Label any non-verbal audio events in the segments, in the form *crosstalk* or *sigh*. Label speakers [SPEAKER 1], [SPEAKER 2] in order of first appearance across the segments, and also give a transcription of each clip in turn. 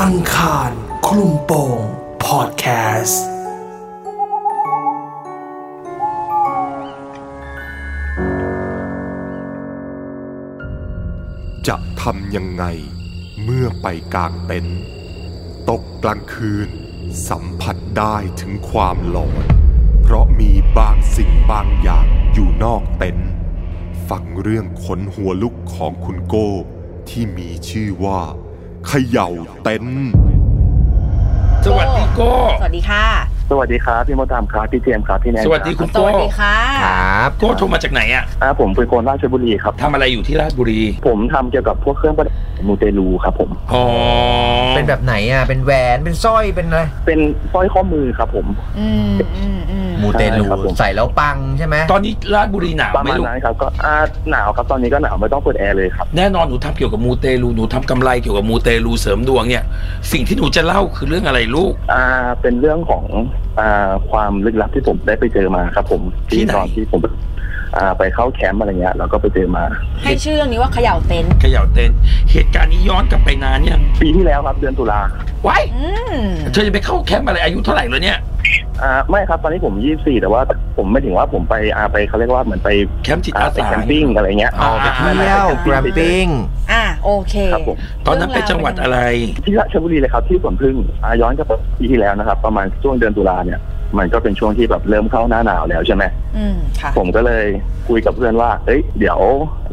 [SPEAKER 1] อังคารคลุมโปงพอดแคสต์
[SPEAKER 2] จะทำยังไงเมื่อไปกลางเต็นท์ตกกลางคืนสัมผัสได้ถึงความหลอนเพราะมีบางสิ่งบางอย่างอยู่นอกเต็นท์ฟังเรื่องขนหัวลุกของคุณโก้ที่มีชื่อว่าเขย่าเต็นท์
[SPEAKER 3] สวัสดีโก้
[SPEAKER 4] สวัสดีค่ะ
[SPEAKER 5] สวัสดีครับ พี่มดดำครับพี่เจมส์ครับพี่แนน
[SPEAKER 3] สวัสดี
[SPEAKER 5] ครับ
[SPEAKER 3] คุณ
[SPEAKER 4] ส
[SPEAKER 3] โก้
[SPEAKER 4] วัสดีค่ะ
[SPEAKER 6] ครับ
[SPEAKER 3] โก้โทรมาจากไหนอ่ะ
[SPEAKER 5] อ่าผมเป็นคนราชบุรีครับ
[SPEAKER 3] ทำอะไรอยู่ที่ราชบุรี
[SPEAKER 5] ผมทำเกี่ยวกับพวกเครื่องประดับมูเตลูครับผม
[SPEAKER 3] อ๋อ
[SPEAKER 6] เป็นแบบไหนอ่ะ เป็นแหวน เป็นสร้อย เป็นอะไร
[SPEAKER 5] เป็นสร้อยข้อมือครับผม
[SPEAKER 4] อืมอืมอืม
[SPEAKER 6] มูเตลู
[SPEAKER 5] ใช่ครับผม
[SPEAKER 6] ใส่แล้วปังใช่ไหม
[SPEAKER 3] ตอนนี้ราชบุรีหนาว
[SPEAKER 5] ประ
[SPEAKER 3] ไหม่
[SPEAKER 5] มาณ
[SPEAKER 3] รู้
[SPEAKER 5] นั้นครับก็อ่าหนาวครับตอนนี้ก็หนาวไม่ต้องเปิดแอร์เลยครับ
[SPEAKER 3] แน่นอนหนูทำเกี่ยวกับมูเตลูหนูทำกำไรเกี่ยวกับมูเตลูเสริมดวงเนี่ย สิ่งที่หนูจะเล่าคือเรื่องอะไรลูก
[SPEAKER 5] อ่าเป็นเรื่องของอ่าความลึกลับที่ผมได้ไปเจอมาครับผม
[SPEAKER 3] ที่ไหน
[SPEAKER 5] ตอนที่ผมอ่าไปเข้าแคมป์อะไรเงี้ยแล้วก็ไปเจอมา
[SPEAKER 4] ให้ชื่อเรื่องนี้ว่าเขย่าเต็นท์
[SPEAKER 3] เขย่าเต็นท์เหตุการณ์นี้ย้อนกลับไปนานยัง
[SPEAKER 5] ปีที่แล้วครับเดือนตุลา
[SPEAKER 3] ไว้าย
[SPEAKER 4] อืม
[SPEAKER 3] เธอจะไปเข้าแคมป์อะไรอายุเท่าไหร่แล้วเนี่ย
[SPEAKER 5] อ่าไม่ครับตอนนี้ผมยี่สี่แต่ว่าผมไม่ถึงว่าผมไปอาไปเขาเรียกว่าเหมือนไป
[SPEAKER 3] แคมป์จิต
[SPEAKER 5] อ่า
[SPEAKER 3] อา
[SPEAKER 5] ไป
[SPEAKER 3] สา
[SPEAKER 5] แคมปิ้งอะไรเงี้ย
[SPEAKER 3] อ๋อไปเที่
[SPEAKER 6] เที่ยวแกรมปิ้ง
[SPEAKER 4] อ่ะโอเค
[SPEAKER 5] ครับผม
[SPEAKER 3] ตอนนั้นไปจังหวัดอะไร
[SPEAKER 5] ที่ราชบุรีเลยครับที่สวนพึ่งอ่าย้อนกลับไปปีที่แล้วนะครับ ประมาณช่วงเดือนตุลาเนี่ย มันก็เป็นช่วงที่แบบเริ่มเข้าหน้าหนาวแล้วใช่ไหม
[SPEAKER 4] อืมค่ะ
[SPEAKER 5] ผมก็เลยคุยกับเพื่อนว่าเอ้ยเดี๋ยว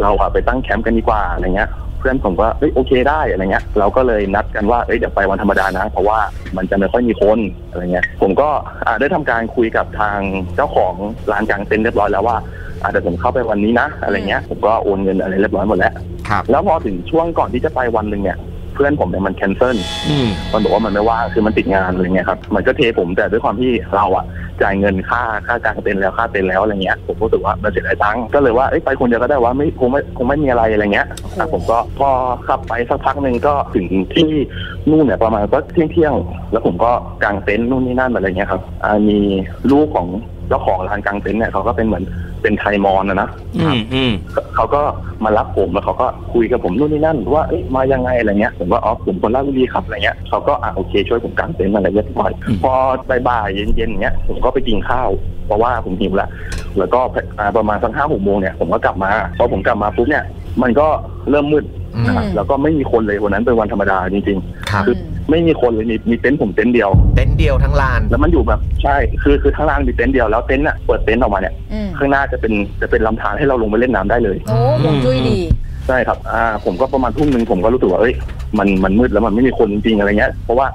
[SPEAKER 5] เราอะไปตั้งแคมป์กันดีกว่าอะไรเงี้ย เพื่อนผมก็เอ้ยโอเคได้อะไรเงี้ย เราก็เลยนัดกันว่าเอ้ยเดี๋ยวไปวันธรรมดานะ เพราะว่ามันจะไม่ค่อยมีคนอะไรเงี้ยผมก็อ่าได้ทำการคุยกับทางเจ้าของร้านกลางเต็นท์เรียบร้อยแล้วว่าอาจจะผมเข้าไปวันนี้นะอะไรเงี้ย ผมก็โอนเงินอะไรเรียบร้อยหมดแล้ว
[SPEAKER 6] ครับ
[SPEAKER 5] แล้วพอถึงช่วงก่อนที่จะไปวันหนึ่งเนี่ย เพื่อนผมเนี่ยมัน cancel
[SPEAKER 3] อืม
[SPEAKER 5] มันบอกว่ามันไม่ว่างคือมันติดงานอะไรเงี้ยครับ มันก็เทผมแต่ด้วยความที่เราอะจ่ายเงินค่าค่ากลางเต็นท์แล้วค่าเต็นท์แล้วอะไรเงี้ย ผมก็รู้สึกว่ามันเสียดายตังค์ก็เลยว่าเอ้ยไปคนเดียวก็ได้ว่าไม่คงไม่คงไม่มีอะไรอะไรเงี้ย
[SPEAKER 4] โอ้โห
[SPEAKER 5] อ่ะผมก็พอขับไปสักพักหนึ่งก็ถึงที่นู่นเนี่ยประมาณก็เที่ยงเที่ยงๆแล้วผมก็กางเต็นท์นู่นนี่นั่นอะไรเงี้ยครับอ่ามีลูกของเจ้าของร้านกางเต็นท์เนี่ยเขาก็เป็นเหมือนเป็นไทยมอญนะนะ
[SPEAKER 3] อืมอืม
[SPEAKER 5] เขาก็มารับผมแล้วเขาก็คุยกับผมนู่นนี่นั่นว่าเอ๊ะมายังไงอะไรเงี้ยผมว่าอ๋อผมคนราชบุรีครับอะไรเงี้ยเขาก็อ่ะโอเคช่วยผมกางเต็นท์อะไรเรียบร้อยพอบ่ายๆเย็นๆเงี้ยผมก็ไปกินข้าว เพราะว่าผมหิวละแล้วก็อ่าประมาณสักห้าหกโมงเนี่ยผมก็กลับมาพอผมกลับมาปุ๊บเนี่ยมันก็เริ่มมืด
[SPEAKER 6] อืม
[SPEAKER 5] นะครับ
[SPEAKER 4] อืม
[SPEAKER 5] แล้วก็ไม่มีคนเลยวันนั้นเป็นวันธรรมดาจริง
[SPEAKER 6] ครับ
[SPEAKER 4] อืม
[SPEAKER 5] ๆ ไม่มีคนเลยมีมีเต็นท์ผมเต็นท์เดียว
[SPEAKER 6] เต็นท์เดียวทั้งลาน
[SPEAKER 5] แล้วมันอยู่แบบใช่คือคือข้างล่างมีเต็นท์เดียวแล้วเต็นท์น่ะเปิดเต็นท์ออกมาเนี่ย
[SPEAKER 4] อืม
[SPEAKER 5] ข้างหน้าจะเป็นจะเป็นลำธารให้เราลงไปเล่นน้ำได้เลย
[SPEAKER 4] โอ้หวงจุ้ยดี
[SPEAKER 5] ใช่ครับ อ่า ผมก็ประมาณทุ่มหนึ่งผมก็รู้สึกว่าเอ้ย มัน มันมืดแล้วมันไม่มีคนจริงๆอะไรเงี้ย เพราะว่า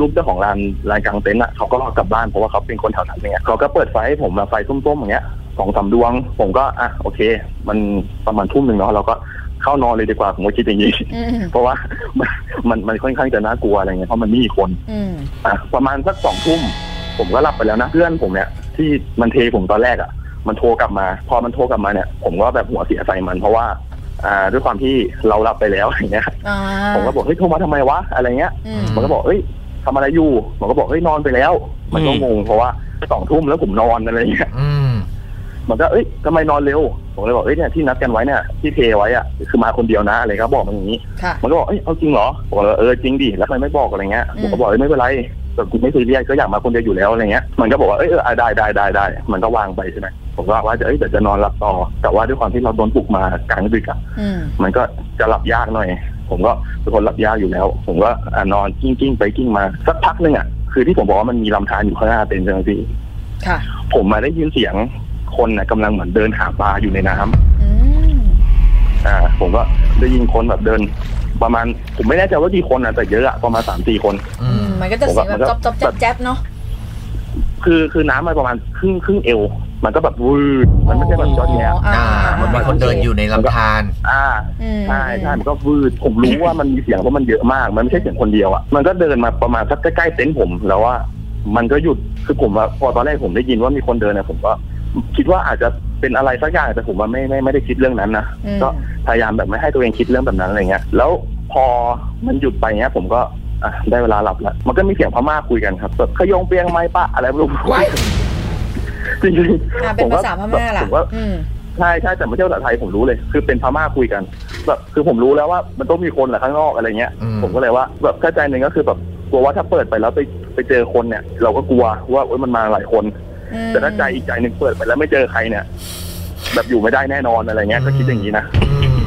[SPEAKER 5] ลูกเจ้าของร้านร้านกลางเต็นท์อ่ะเขาก็กลับบ้านเพราะว่าเขาเป็นคนแถวนั้นอย่างเงี้ยเขาก็เปิดไฟให้ผมแบบไฟส้มๆอย่างเงี้ยสองสามดวง ผมก็ อ่ะ โอเค มันประมาณทุ่มหนึ่งเนาะ เราก็เข้านอนเลยดีกว่า ผมก็คิดอย่างนี้ *laughs*
[SPEAKER 4] อืม
[SPEAKER 5] เพราะว่ามันมัน มันค่อนข้างจะน่ากลัวอะไรเงี้ย เพราะมันไม่มีคน
[SPEAKER 4] อืม
[SPEAKER 5] อ่ะประมาณสักสองทุ่มผมก็หลับไปแล้วนะเพื่อนผมเนี่ยที่มันเทผมตอนแรกอะ่ะ มันโทรกลับมา พอมันโทรกลับมาเนี่ย ผมก็แบบหัวเสียใส่มันเพราะว่า อ่าด้วยความที่เราหลับไปแล้วอย่างเงี้ย
[SPEAKER 4] อ่า
[SPEAKER 5] ผมก็บอกเฮ้ยโทรมาทำไมวะอะไรเงี้ย
[SPEAKER 4] อืม
[SPEAKER 5] มันก็บอกเฮ้ยทำอะไรอยู่ผมก็บอกเฮ้ยนอนไปแล้ว มันก็งงเพราะว่าสองทุ่มแล้วผมนอนอะไรเงี้ย
[SPEAKER 6] อืม
[SPEAKER 5] มันก็เอ้ยทำไมนอนเร็วผมเลยบอกเอ้ยเนี่ยที่นัดกันไว้เนี่ยที่เทไว้อะคือมาคนเดียวนะอะไรก็บอกมันอย่างนี้
[SPEAKER 4] ค่ะ
[SPEAKER 5] มันก็บอก เอ้ย เอาจริงเหรอผมก็เลยเออ จริงดิ แล้วทำไมไม่บอกอะไรเงี้ย
[SPEAKER 4] อืม
[SPEAKER 5] ผมก็บอกเอ้ยไม่เป็นไรแต่กูไม่ซีเรียสก็อยากมาคนเดียวอยู่แล้วอะไรเงี้ย มันก็บอกว่า เอ้ยเอออ่ะได้ได้ได้ได้ มันก็วางไปใช่ไหมผมก็ว่าจะ เอ้ยเดี๋ยวจะนอนหลับต่อ แต่ว่าด้วยความที่เราโดนปลุกมากลางดึกอะ
[SPEAKER 4] อืม
[SPEAKER 5] มันก็จะหลับยากหน่อย ผมก็เป็นคนหลับยากอยู่แล้ว ผมก็อ่ะนอนกิ้งกิ้งไปกิ้งมา สักพักหนึงอะคือที่ผมบอกว่ามันมีลำธารอยู่ข้างหน้าเป็นเจ้าหน้าที่
[SPEAKER 4] ค่ะ
[SPEAKER 5] ผมมาได้ยินเสียงคนนะกำลังเหมือนเดินหาปลาอยู่ในน้ำ
[SPEAKER 4] อืม
[SPEAKER 5] อ่าผมก็ได้ยินคนแบบเดิน ประมาณผมไม่แน่ใจว่ากี่คนนะแต่เยอะอะประมาณสามสี่คน
[SPEAKER 6] อื
[SPEAKER 4] อื
[SPEAKER 6] ม
[SPEAKER 4] มมันก็จะเสียงแบบจ๊อบจ๊อบแจ๊บแจ๊บเนาะ
[SPEAKER 5] คือคือน้ำมันประมาณครึ่งครึ่งเอว มันก็แบบวืดมันไม่ใช่แบบจอดแยะ
[SPEAKER 6] อ่า มันมีคนเดินอยู่ในลำธาร
[SPEAKER 5] อ่า
[SPEAKER 4] อืม
[SPEAKER 5] ใช่ใช่มันก็วืดผมรู้ว่ามันมีเสียงเพราะมันเยอะมาก มันไม่ใช่เสียงคนเดียวอะมันก็เดินมาประมาณสักใกล้ๆเต็นท์ผมแล้วว่า มันก็หยุดคือผมอะพอตอนแรกผมได้ยินว่ามีคนเดินนะผมก็คิดว่าอาจจะเป็นอะไรสักอย่างแต่ผมว่าไม่ไม่ไม่ได้คิดเรื่องนั้นนะ
[SPEAKER 4] อืม
[SPEAKER 5] ก็พยายามแบบไม่ให้ตัวเองคิดเรื่องแบบนั้นอะไรเงี้ย แล้วพอมันหยุดไปเงี้ย ผมก็อ่ะได้เวลาหลับแล้ว มันก็มีเสียงพม่าคุยกันครับแบบขยงเปียงไหม้ปะอะไรไม่รู้
[SPEAKER 3] ไว้าย
[SPEAKER 5] จริง
[SPEAKER 4] อ่า
[SPEAKER 5] ๆ
[SPEAKER 4] เป็น
[SPEAKER 5] ผม
[SPEAKER 4] ภา
[SPEAKER 5] ก็
[SPEAKER 4] ษาพม่าล่ะ
[SPEAKER 5] ผมก็
[SPEAKER 4] อืม
[SPEAKER 5] ใช่ใช่แต่ไม่ใช่ภาษาไทยผมรู้เลย คือเป็นพม่าคุยกันแบบคือผมรู้แล้วว่ามันต้องมีคนแหละข้างนอกอะไรเงี้ย
[SPEAKER 6] อืม
[SPEAKER 5] ผมก็เลยว่าแบบเข้าใจหนึ่งก็คือแบบกลัวว่าถ้าเปิดไปแล้วไปไปเจอคนเนี่ย เราก็กลัวว่าเอ้ยมันมาหลายคน
[SPEAKER 4] อืม
[SPEAKER 5] แต่ถ้าใจอีกใจหนึ่งเปิดไปแล้วไม่เจอใครเนี่ย แบบอยู่ไม่ได้แน่นอนอะไรเงี้ยก็คิดอย่างนี้นะ
[SPEAKER 6] อืม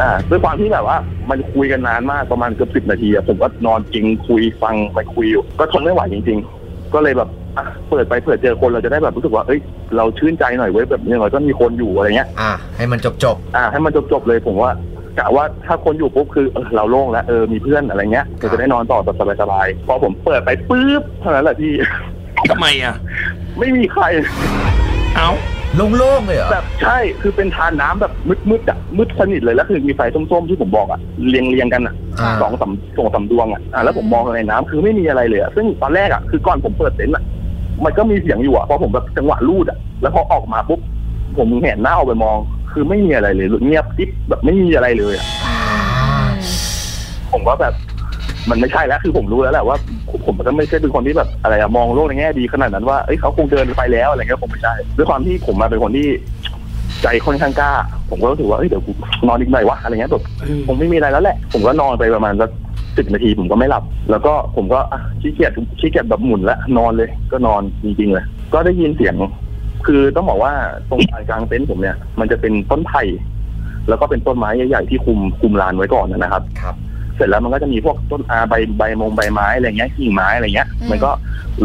[SPEAKER 5] อ่าด้วยความที่แบบว่า มันคุยกันนานมากประมาณเกือบสิบนาทีอะผมก็นอนจริงคุยฟังไปคุยอยู่ก็ทนไม่ไหวจริง ๆ ก็เลยแบบอ่ะเปิดไปเผื่อเจอคนเราจะได้แบบรู้สึกว่าเอ้ยเราชื่นใจหน่อยเว้ยแบบอย่างน้อยก็มีคนอยู่อะไรเงี้ย
[SPEAKER 6] อ่ะให้มันจบจบ
[SPEAKER 5] อ่าให้มันจบๆเลยผมว่ากะว่าถ้าคนอยู่ปุ๊บคือเออเราโล่งแล้วเออมีเพื่อนอะไรเงี้ย
[SPEAKER 6] ครับ
[SPEAKER 5] จะได้นอนต่อแบบสบายๆพอผมเปิดไปปุ๊บเท่านั้นแหละพี่ *laughs*
[SPEAKER 3] ทำไมอ่ะ
[SPEAKER 5] ไม่มีใคร
[SPEAKER 3] เอ้า
[SPEAKER 6] ๆโล่งๆเลยเหรอ
[SPEAKER 5] แบบใช่คือเป็นทานน้ำแบบมืดๆอะมืดสนิทเลยแล้วคือมีไฟส้มๆที่ผมบอกอะเรียงเรียงๆกันอะ
[SPEAKER 6] อ่า
[SPEAKER 5] สองสามสองสามดวงอะอ่ะแล้วผมมองในน้ำคือไม่มีอะไรเลยอะซึ่งตอนแรกอะคือก่อนผมเปิดเต็นท์อะมันก็มีเสียงอยู่อะพอผมแบบจังหวะลูดอะแล้วพอออกมาปุ๊บผมเห็นหน้าออกไปมอง คือไม่มีอะไรเลยเงียบกิ๊บแบบไม่มีอะไรเลยอะ ผมก็แบบมันไม่ใช่แล้วคือผมรู้แล้วแหละว่าผมก็ไม่ใช่เป็นคนที่แบบอะไรอะมองโลกในแง่ดีขนาดนั้นว่าเอ้ยเขาคงเดินไปแล้วอะไรเงี้ยผมไม่ใช่ด้วยความที่ผมมาเป็นคนที่ใจค่อนข้างกล้า ผมก็รู้สึกว่าเอ้ยเดี๋ยวกูนอนอีกหน่อยวะอะไรเงี้ยแบบคงไม่มีอะไรแล้วแหละ ผมก็นอนไปประมาณสักสิบนาทีผมก็ไม่หลับ แล้วก็ผมก็อ่ะขี้เกียจขี้เกียจแบบหมุนละนอนเลย ก็นอนจริงๆเลย ก็ได้ยินเสียง คือต้องบอกว่าตรงกลางเต็นท์ผมเนี่ย มันจะเป็นต้นไผ่แล้วก็เป็นต้นไม้ใหญ่ๆที่คุมคุมลานไว้ก่อนนะครับ
[SPEAKER 6] ครับ
[SPEAKER 5] เสร็จแล้วมันก็จะมีพวกต้นอาใบใบมงใบไม้อะไรเงี้ยกิ่งไม้อะไรเงี้ย มันก็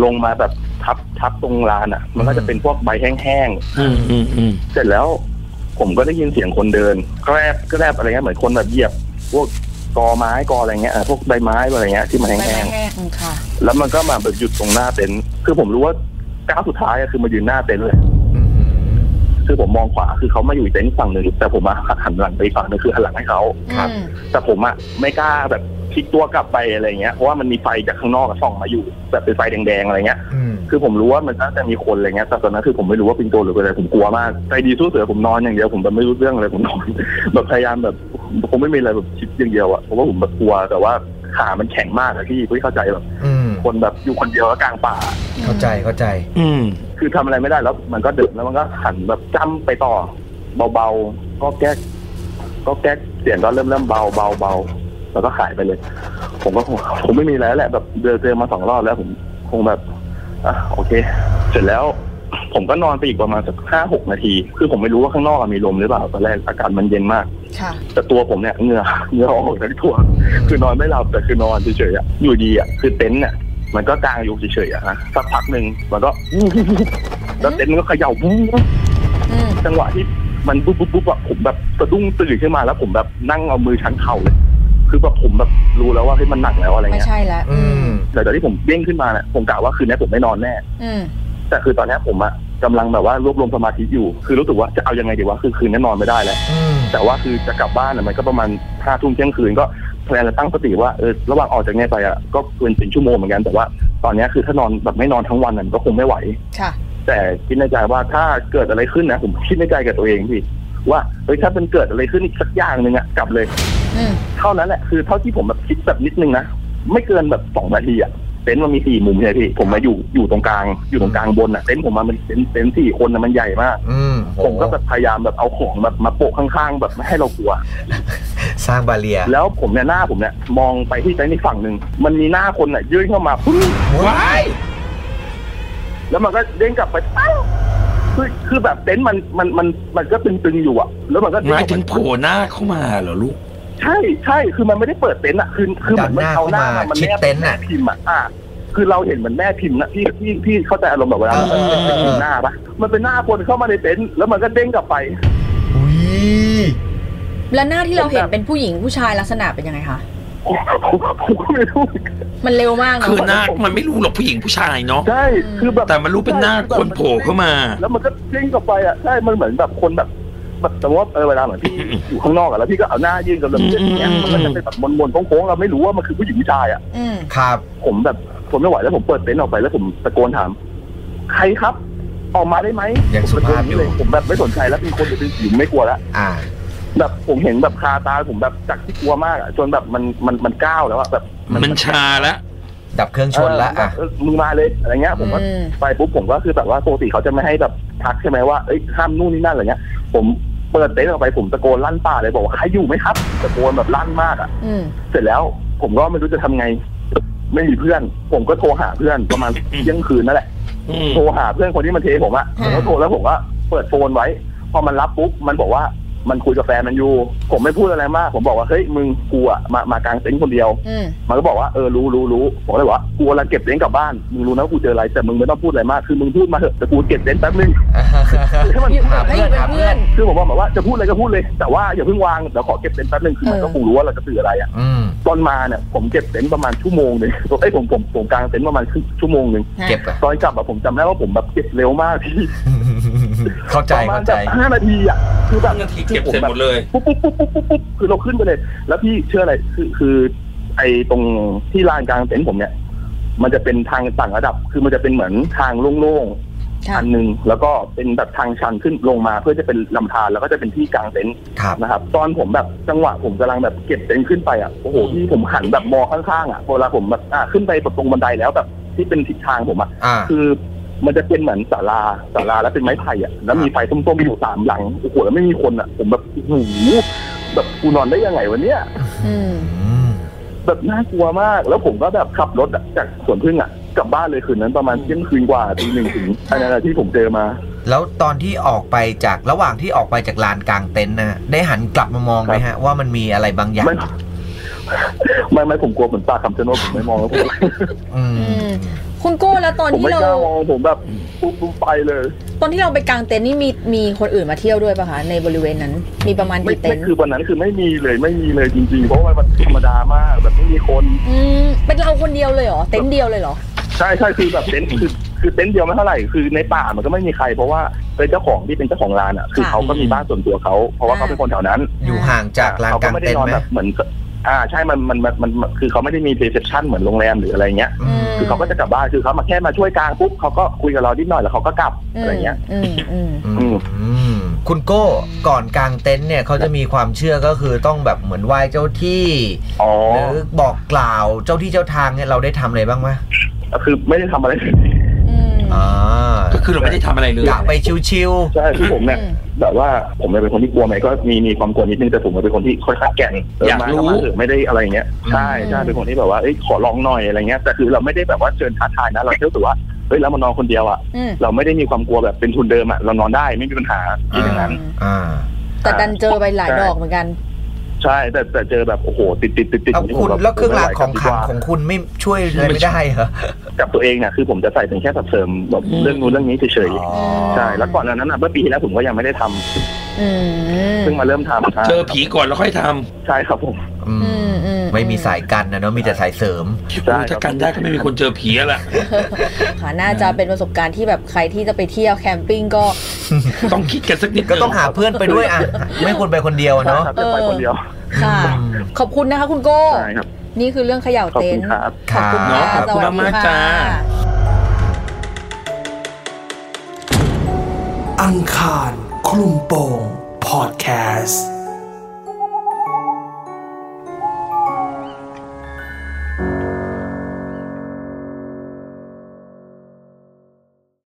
[SPEAKER 5] ลงมาแบบทับทับตรงลานอ่ะ มันก็จะเป็นพวกใบแห้ง
[SPEAKER 3] อืมอืมอืม
[SPEAKER 5] ๆเสร็จแล้ว ผมก็ได้ยินเสียงคนเดินแกรบแกรบอะไรเงี้ยเหมือนคนแบบเหยียบ พวกกอไม้กออะไรเงี้ยอ่ะพวกใบไม้อะไรเงี้ยที่มัน
[SPEAKER 4] ไม่ไม่
[SPEAKER 5] แห้ง
[SPEAKER 4] แห้งอืมค่ะ
[SPEAKER 5] ๆแล้วมันก็มาแบบหยุดตรงหน้าเต็นท์คือผมรู้ว่าก้าวสุดท้ายอะคือมายืนหน้าเต็นท์เลย
[SPEAKER 6] อืม
[SPEAKER 5] คือผมมองขวาคือเขามาอยู่เต็นท์ฝั่งหนึ่งแต่ผมอะหันหลังไปอีกฝั่งหนึงคือหันหลังให้เขา
[SPEAKER 4] ครับ
[SPEAKER 5] แต่ผมอะไม่กล้าแบบพลิกตัวกลับไปอะไรเงี้ยเพราะว่ามันมีไฟจากข้างนอกอะส่องมาอยู่ แบบเป็นไฟแดงๆอะไรเงี้ย
[SPEAKER 6] อืม
[SPEAKER 5] คือผมรู้ว่ามันน่าจะมีคนอะไรเงี้ยแต่ตอนนั้นคือผมไม่รู้ว่าเป็นโจรหรือเป็นอะไรผมกลัวมากใจดีสู้เสือผมนอนอย่างเดียวผมแบบไม่รู้เรื่องอะไรผมนอน *laughs* แบบพยายามแบบผมไม่มีอะไรแบบชิดอย่างเดียวอะเพราะว่าผมแบบกลัวแต่ว่าขามันแข็งมากอะพี่พี่เข้าใจแบบ
[SPEAKER 6] อืม
[SPEAKER 5] คนแบบอยู่คนเดียวแล้วกลางป่า
[SPEAKER 6] เข้าใจเข้าใจ
[SPEAKER 3] อืม
[SPEAKER 5] คือทำอะไรไม่ได้แล้วมันก็ดึกแล้วมันก็หันแบบจ้ำไปต่อ เบาๆ ก็แก๊กก็แก๊กเสียงก็เริ่มเริ่มเบาเบาเบาแล้วก็หายไปเลย ผมก็คงผมไม่มีแล้วแหละแบบเดินเจอมาสองรอบแล้วผมคงแบบอ่ะโอเค เสร็จแล้ว ผมก็นอนไปอีกประมาณสักห้าหกนาที คือผมไม่รู้ว่าข้างนอกอะมีลมหรือเปล่าตอนแรกอากาศมันเย็นมาก
[SPEAKER 4] ค่ะ
[SPEAKER 5] แต่ตัวผมเนี่ยเหงื่อเหงื่อออกทั้งตัว คือนอนไม่หลับแต่คือนอนเฉยๆอะอยู่ดีอ่ะคือเต็นท์เนี่ยมันก็กางอยู่เฉยๆอะฮะสักพักหนึ่งมันก็ *laughs* แล้วเต็นท์มันก็เขย่า *laughs* บุ้ง
[SPEAKER 4] อืม
[SPEAKER 5] จังหวะที่มันปุ๊บปุ๊บปุ๊บอะผมแบบสะดุ้งตื่นขึ้นมาแล้วผมแบบนั่งเอามือชันเข่าเลย คือแบบผมแบบรู้แล้วว่าเฮ้ยมันหนักแล้วอะไร
[SPEAKER 4] ไม่
[SPEAKER 5] เงี้ย
[SPEAKER 4] ใช่แล้ว
[SPEAKER 6] อืม
[SPEAKER 5] แต่ตอนที่ผมเด้งขึ้นมาเนี่ยผมกะว่าคืนนี้ผมไม่นอนแน่
[SPEAKER 4] อืม
[SPEAKER 5] แต่คือตอนนี้ผมอะกำลังแบบว่ารวบรวมสมาธิอยู่ คือรู้สึกว่าจะเอายังไงดีวะคือคืนนี้นอนไม่ได้แล้ว
[SPEAKER 6] อืม
[SPEAKER 5] แต่ว่าคือจะกลับบ้านน่ะมันก็ประมาณห้าทุ่มเที่ยงคืนก็แพลนจะตั้งสติว่าเออระหว่างออกจากเนี่ยไปอ่ะก็เกินสิชั่วโมงเหมือนกันแต่ว่าตอนเนี้ยคือถ้านอนแบบไม่นอนทั้งวันน่ะมันก็คงไม่ไหว
[SPEAKER 4] ค่ะ
[SPEAKER 5] แต่คิดในใจว่าถ้าเกิดอะไรขึ้นนะผมคิดในใจกับตัวเองพี่ว่าเฮ้ยถ้ามันเกิดอะไรขึ้นอีกสักอย่างหนึ่งอ่ะกลับเลย
[SPEAKER 4] อืม
[SPEAKER 5] เท่านั้นแหละคือเท่าที่ผมแบบคิดแบบนิดนึงนะไม่เกินแบบสองนาทีอ่ะเต็นท์มันมีสี่มุมใช่ไหมพี่ผมมาอยู่อยู่ตรงกลางอยู่ตรงกลางบนอ่ะเต็นท์ผมมามันเป็นเต็นท์สี่คนนะมันใหญ่มาก
[SPEAKER 6] อืมโห
[SPEAKER 5] ผมก็แบบพยายามแบบเอาของแบบมาโปะข้างๆ แบบไม่ให้เรากลัว
[SPEAKER 6] สร้างบาเรียร์
[SPEAKER 5] แล้วผมเนี่ยหน้าผมเนี่ยมองไปที่เต็นท์อีกฝั่งหนึ่งมันมีหน้าคนน่ะยื่นเข้ามาปุ๊บ
[SPEAKER 3] ว้าย
[SPEAKER 5] แล้วมันก็เด้งกลับไปปั้งคือคือแบบเต็นท์มันมันมันมันก็ตึงๆอยู่อะแล้วมันก็
[SPEAKER 3] ห
[SPEAKER 5] เด้
[SPEAKER 3] มาย
[SPEAKER 5] ออก
[SPEAKER 3] ถึงโผ
[SPEAKER 5] ปุ๊บ
[SPEAKER 3] ล่หน้าเข้ามาเหรอลูก
[SPEAKER 5] ใช่ใช่คือมันไม่ได้เปิดเต็นท์อะคือคือเห
[SPEAKER 6] ดั
[SPEAKER 5] มือน นมัน
[SPEAKER 6] หน้า
[SPEAKER 5] เอา
[SPEAKER 6] เข้า
[SPEAKER 5] หน้า
[SPEAKER 6] มา
[SPEAKER 5] มัน
[SPEAKER 6] ชิด
[SPEAKER 5] แนบ
[SPEAKER 6] เต็นท์น่ะ
[SPEAKER 5] พิมพ์อะอ่ะคือเราเห็นเหมันแม่พิมพ์นะพี่พี่พี่เข้าใจอารมณ์แบบเวลา
[SPEAKER 6] เออเออเออ
[SPEAKER 5] เห็นหน้าปะมันเป็นหน้าคนเข้ามาในเต็นท์แล้วมันก็เด้งกลับไป *laughs*
[SPEAKER 6] อุ้ย
[SPEAKER 4] แล้วหน้าที่เราเห็นเป็นผู้หญิงผู้ชายลักษณะเป็นยังไงคะ
[SPEAKER 5] ผมก็ไม่รู้
[SPEAKER 4] มันเร็วมากเน
[SPEAKER 3] คือ
[SPEAKER 4] อะ
[SPEAKER 3] หน้ามันไม่รู้หรอกผู้หญิงผู้ชายเนาะ
[SPEAKER 5] ใช่คือแบบ
[SPEAKER 3] แต่มันรู้เป็นหน้าคนโผล่เข้ามา
[SPEAKER 5] แล้วมันก็เด้งกลับไปอ่ะใช่ มันเหมือนแบบคนแบบแบบสมมติว่าเออเวลาเหมือนพี่อยู่ข้างนอกอ่ะแล้วพี่ก็เอาหน้ายื่นกับลำเส้นอย่างเงี้ย
[SPEAKER 3] อืม
[SPEAKER 5] มันก็จะเป็นแบบมนๆโค้งๆเราไม่รู้ว่ามันคือผู้หญิงผู้ชายอ่ะ
[SPEAKER 4] อืม
[SPEAKER 6] ครับ
[SPEAKER 5] ผมแบบผมไม่ไหวแล้วผมเปิดเต็นท์ออกไปแล้วผมตะโกนถาม ใครครับ ออกมาได้ไหม
[SPEAKER 6] ยังสุภาพอยู่
[SPEAKER 5] ผมตะโกนเลยผมแบบไม่สนใจแล้วเป็นคนหรือเป็นผีไม่กลัวแล้ว
[SPEAKER 6] อ่า
[SPEAKER 5] แบบผมเห็นแบบคาตาผมแบบจากที่กลัวมากอ่ะจนแบบมันมันมันก้าวแล้วอ่ะแบบ
[SPEAKER 3] มันชาละ
[SPEAKER 6] ดับเครื่องชนละ
[SPEAKER 5] เออแบ
[SPEAKER 6] อ่ะ
[SPEAKER 5] บเออมึงมาเลยอะไรเงี้ยผมก็
[SPEAKER 4] อืม
[SPEAKER 5] ไปปุ๊บผมก็คือแบบว่าปกติเขาจะไม่ให้แบบ ทักใช่ไหมว่าเอ้ยห้ามนู่นนี่นั่นอะไรเงี้ย ผมเปิดเต็นท์ออกไปผมตะโกนลั่นป่าเลยบอกว่าใครอยู่ไหมครับตะโกนแบบลั่นมากอ่ะ
[SPEAKER 4] อืม
[SPEAKER 5] เสร็จแล้วผมก็ไม่รู้จะทำไง ไม่มีเพื่อน ผมก็โทรหาเพื่อนประมาณเที่ยงคืนนั่นแหละ
[SPEAKER 3] อืม
[SPEAKER 5] โทรหาเพื่อนคนที่มันเทผมอะผมก็โทรแล้วผมก็เปิดโฟนไว้ พอมันรับปุ๊บมันบอกว่ามันคุยกับแฟนมันอยู่ ผมไม่พูดอะไรมาก ผมบอกว่าเฮ้ยมึงกูอะมามากางเต็นท์คนเดียว
[SPEAKER 4] อืม
[SPEAKER 5] มันก็บอกว่าเออรู้รู้รู้ผมก็เลยบอกว่ากูกำลังเก็บเต็นท์กลับบ้านมึงรู้นะว่ากูเจออะไรแต่มึงไม่ต้องพูดอะไรมากคือมึงพูดมาเถอะแต่กูเก็บเต็นท์แป๊บนึง *laughs* ให้มัน
[SPEAKER 4] อยู่
[SPEAKER 6] หา
[SPEAKER 4] ให้
[SPEAKER 6] เพื่
[SPEAKER 4] อยู่
[SPEAKER 6] อน
[SPEAKER 4] เป็
[SPEAKER 6] หาน
[SPEAKER 4] เพื่
[SPEAKER 6] เพื่อ
[SPEAKER 4] อน น
[SPEAKER 5] คือผมว่าแบบว่าจะพูดอะไรก็พูดเลย แต่ว่าอย่าเพิ่งวางเดี๋ยวขอเก็บเต็นท์แป๊บนึงคือมัน
[SPEAKER 4] เออ
[SPEAKER 5] ก็คงรู้ว่าเราจะสื่ออะไรอะ
[SPEAKER 6] อืม
[SPEAKER 5] ตอนมาเนี่ยผมเก็บเต็นท์ประมาณชั่วโมงหนึ่งเอ้ยผมผมผมกางเต็นท์ประมาณครึ่งชั่วโมงหนึ่ง
[SPEAKER 6] เก็บอะ
[SPEAKER 5] ตอนกลับอะผมจำได้ว่าผมแบบเก็บเร็วมากพี่
[SPEAKER 6] *laughs* เข้าใจ
[SPEAKER 5] ประมาณ
[SPEAKER 6] เข้าใจ
[SPEAKER 5] แบบห้านาทีอ่ะคือแบบ
[SPEAKER 3] นาทีเก็บเสร็จหมดเลย
[SPEAKER 5] ปุ๊บปุ๊บปุ๊บปุ๊บปุ๊บปุ๊บคือเราขึ้นไปเลย แล้วพี่เชื่ออะไรคือคือ ไอ้ตรงที่ลานกลางเต็นท์ผมเนี่ย มันจะเป็นทางต่างระดับ คือมันจะเป็นเหมือนทางโล่งๆ
[SPEAKER 4] ค่ะ
[SPEAKER 5] อันหนึ่งแล้วก็เป็นแบบทางชันขึ้นลงมาเพื่อจะเป็นลำธารแล้วก็จะเป็นที่กลางเต็นท์
[SPEAKER 6] ครับ
[SPEAKER 5] นะครับ ตอนผมแบบจังหวะผมกำลังแบบเก็บเต็นท์ขึ้นไปอ่ะโอ้โหพี่ผมหันแบบมองข้างๆอ่ะเวลาผมแบบอ่ะขึ้นไปแบบตรงบันไดแล้วแบบที่เป็นทิศทางผมอ่ะ
[SPEAKER 6] อ่า
[SPEAKER 5] คือมันจะเป็นเหมือนศาลาศาลาแล้วเป็นไม้ไผ่อะแล้วมีไฟส้มๆอยู่สามหลังโอ้โหแล้วไม่มีคนอะผมแบบโอ้โหูแบบกูนอนได้ยังไงวันเนี้ย
[SPEAKER 4] อืม
[SPEAKER 6] อืม
[SPEAKER 5] แบบน่ากลัวมาก แล้วผมก็แบบขับรถอะจากสวนพึ่งอะกลับบ้านเลยคืนนั้นประมาณเที่ยงคืนกว่าตีหนึ่งถึงอันนั้นอะที่ผมเจอมา
[SPEAKER 6] แล้วตอนที่ออกไปจากระหว่างที่ออกไปจากลานกลางเต็นท์นะฮะได้หันกลับมามองไหมฮะ ว่ามันมีอะไรบางอย่าง
[SPEAKER 5] ไม่ ไม่ไม่ผมกลัวเหมือนปลาคำชะโนดผมไม่
[SPEAKER 4] *laughs*
[SPEAKER 5] มองแล้วผม
[SPEAKER 6] อืม
[SPEAKER 4] อืม คุณโก้แล้วตอน
[SPEAKER 5] ผม
[SPEAKER 4] ที่
[SPEAKER 5] ไม่
[SPEAKER 4] เรา
[SPEAKER 5] กล้ามองผมแบบปุ๊บปุ๊บไปเลย
[SPEAKER 4] ตอนที่เราไปกางเต็นท์นี่มีมีคนอื่นมาเที่ยวด้วยป่ะคะในบริเวณนั้น มีประมาณ
[SPEAKER 5] ไม่
[SPEAKER 4] กี่เต็
[SPEAKER 5] ไม่
[SPEAKER 4] นท์
[SPEAKER 5] คือวันนั้นคือไม่มีเลยไม่มีเลยจริงๆ เพราะว่ามันธรรมดามากแบบไม่มีคน
[SPEAKER 4] อืมเป็นเราคนเดียวเลยเหรอเต็นท์เดียวเลยเหรอ
[SPEAKER 5] ใช่ใช่คือแบบเต็นท์คือคือเต็นท์เดียวไม่เท่าไหร่คือในป่ามันก็ไม่มีใคร เพราะว่าเป็นเจ้าของที่เป็นเจ้าของร้านอ่ะคือ
[SPEAKER 4] ค่ะ
[SPEAKER 5] เขาก็มีบ้านส่วนตัวเขาเพราะว่าเขาเป็นคนแถวนั้น
[SPEAKER 6] อยู่ห่างจากลาน
[SPEAKER 5] เขา
[SPEAKER 6] ก
[SPEAKER 5] ก็
[SPEAKER 6] ลาง
[SPEAKER 5] ไม่ได้
[SPEAKER 6] เต็น
[SPEAKER 5] นอ
[SPEAKER 6] ท์
[SPEAKER 5] น
[SPEAKER 6] ไหม
[SPEAKER 5] แบบเหมือนอ่าใช่มันมันมันมันมันคือเขาไม่ได้มีเพ c เซพชันเหมือนโรงแรมหรืออะไรเงี้ย
[SPEAKER 6] อืม
[SPEAKER 5] คือเขาก็จะกลับบ้านคือเขามาแค่มาช่วยกลางปุ๊บเขาก็คุยกับเรานิดหน่อยแล้วเขาก็กลับอะไรเงี้ย
[SPEAKER 4] อืมอืม
[SPEAKER 6] อืมคุณโก้ก่อนกลางเต็นท์เนี่ยเขาจะมีความเชื่อก็คือต้องแบบเหมือนไหว้เจ้าที่
[SPEAKER 5] อ๋อ
[SPEAKER 6] หรือบอกกล่าวเจ้าที่เจ้าทางเนี่ยเราได้ทำอะไรบ้างไหม
[SPEAKER 5] คือไม่ได้ทำอะไรเลย
[SPEAKER 4] อืม
[SPEAKER 6] อ่า
[SPEAKER 3] ก็คือเราไม่ได้ทำอะไรเลย
[SPEAKER 6] กะไปชิว
[SPEAKER 5] ใช่คือผมเนี่ย
[SPEAKER 4] อืม
[SPEAKER 5] แบบว่าผมเนี่ยเป็นคนที่กลัวไหมก็มีมีความกลัวนิดนึงแต่ผมเป็นคนที่ค่อยข้างแก่นเ
[SPEAKER 3] อยากรู้
[SPEAKER 5] มมเถอะไม่ได้อะไรเงี้ย ใช่ใช่เป็นคนที่แบบว่าเอ้ยขอลองหน่อยอะไรเงี้ยแต่คือเราไม่ได้แบบว่าเชิญท้าทายนะเราแค่รู้สึกว่าเฮ้ยเรามานอนคนเดียวอ่ะ
[SPEAKER 4] อืม
[SPEAKER 5] เราไม่ได้มีความกลัวแบบเป็นทุนเดิมอ่ะเรานอนได้ไม่มีปัญหา
[SPEAKER 6] ๆ
[SPEAKER 5] ที่อย่างนั้น
[SPEAKER 6] อ่า
[SPEAKER 4] แต่ดันเจอไปหลาย
[SPEAKER 5] ใช่
[SPEAKER 4] ดอกเหมือนกัน
[SPEAKER 5] ใช่แต่แต่เจอแบบโอ้โหติดติดติดติด
[SPEAKER 6] เอา
[SPEAKER 5] นี่ผ
[SPEAKER 6] คุ
[SPEAKER 5] ม
[SPEAKER 6] ณ
[SPEAKER 5] บบ
[SPEAKER 6] แล้วเครื่องรางของขลั
[SPEAKER 5] ไม่
[SPEAKER 6] ง
[SPEAKER 5] ไหว
[SPEAKER 6] ของคุณไม่ช่วยอะไรไม่ได้เหรอ
[SPEAKER 5] กับตัวเองเนี่ยคือผมจะใส่เป็นแค่สับเสริมแบบ
[SPEAKER 3] อืม
[SPEAKER 5] เรื่องนู้นเรื่องนี้เฉย
[SPEAKER 6] อ๋อ
[SPEAKER 5] ๆใช่แล้วก่อนหน้านั้นอ่ะเมื่อปีที่แล้วผมก็ยังไม่ได้ทำ
[SPEAKER 4] อืม
[SPEAKER 5] เพิ่งมาเริ่มทำ
[SPEAKER 3] เจอผีก่อนแล้วค่อยท
[SPEAKER 5] ใช่ครับผม
[SPEAKER 6] อืม
[SPEAKER 4] อืมอืม
[SPEAKER 6] ไม่มีสายกันนะเนาะมีแต่สายเสริม
[SPEAKER 3] ำ
[SPEAKER 5] ใช่
[SPEAKER 3] โอ้ยถ้า
[SPEAKER 5] ครับ
[SPEAKER 3] กันได้ก็ไม่มีคนเจอผีแล้วล่ะ
[SPEAKER 4] ค่ะน่าจะเป็นประสบการณ์ที่แบบใครที่จะไปเที่ยวแคมปิ้งก็
[SPEAKER 3] ต้องคิดกันสักนิด
[SPEAKER 6] ก็ต้องหาเพื่อนไปด้วยอ่ะ ไม่ควรไปคนเดียวอะ
[SPEAKER 5] ใช่
[SPEAKER 6] เนาะ
[SPEAKER 5] ครับจะไปคนเดียว
[SPEAKER 4] ค่ะ
[SPEAKER 6] อืม
[SPEAKER 4] ขอบคุณนะคะคุณโก้
[SPEAKER 5] ใช่ครับ
[SPEAKER 4] นี่คือเรื่องเขย่า
[SPEAKER 5] ขอบ
[SPEAKER 4] เต็
[SPEAKER 5] คุ
[SPEAKER 4] น
[SPEAKER 5] ณ
[SPEAKER 4] ท์
[SPEAKER 5] ครับ
[SPEAKER 4] ขอบคุณค่ะ
[SPEAKER 3] เนาะขอบ
[SPEAKER 4] ส
[SPEAKER 3] คุณ
[SPEAKER 4] วัสดี
[SPEAKER 3] มากๆ
[SPEAKER 4] ค่ะ
[SPEAKER 3] จ้า
[SPEAKER 1] อังคารคลุมโปงพอดแคสต์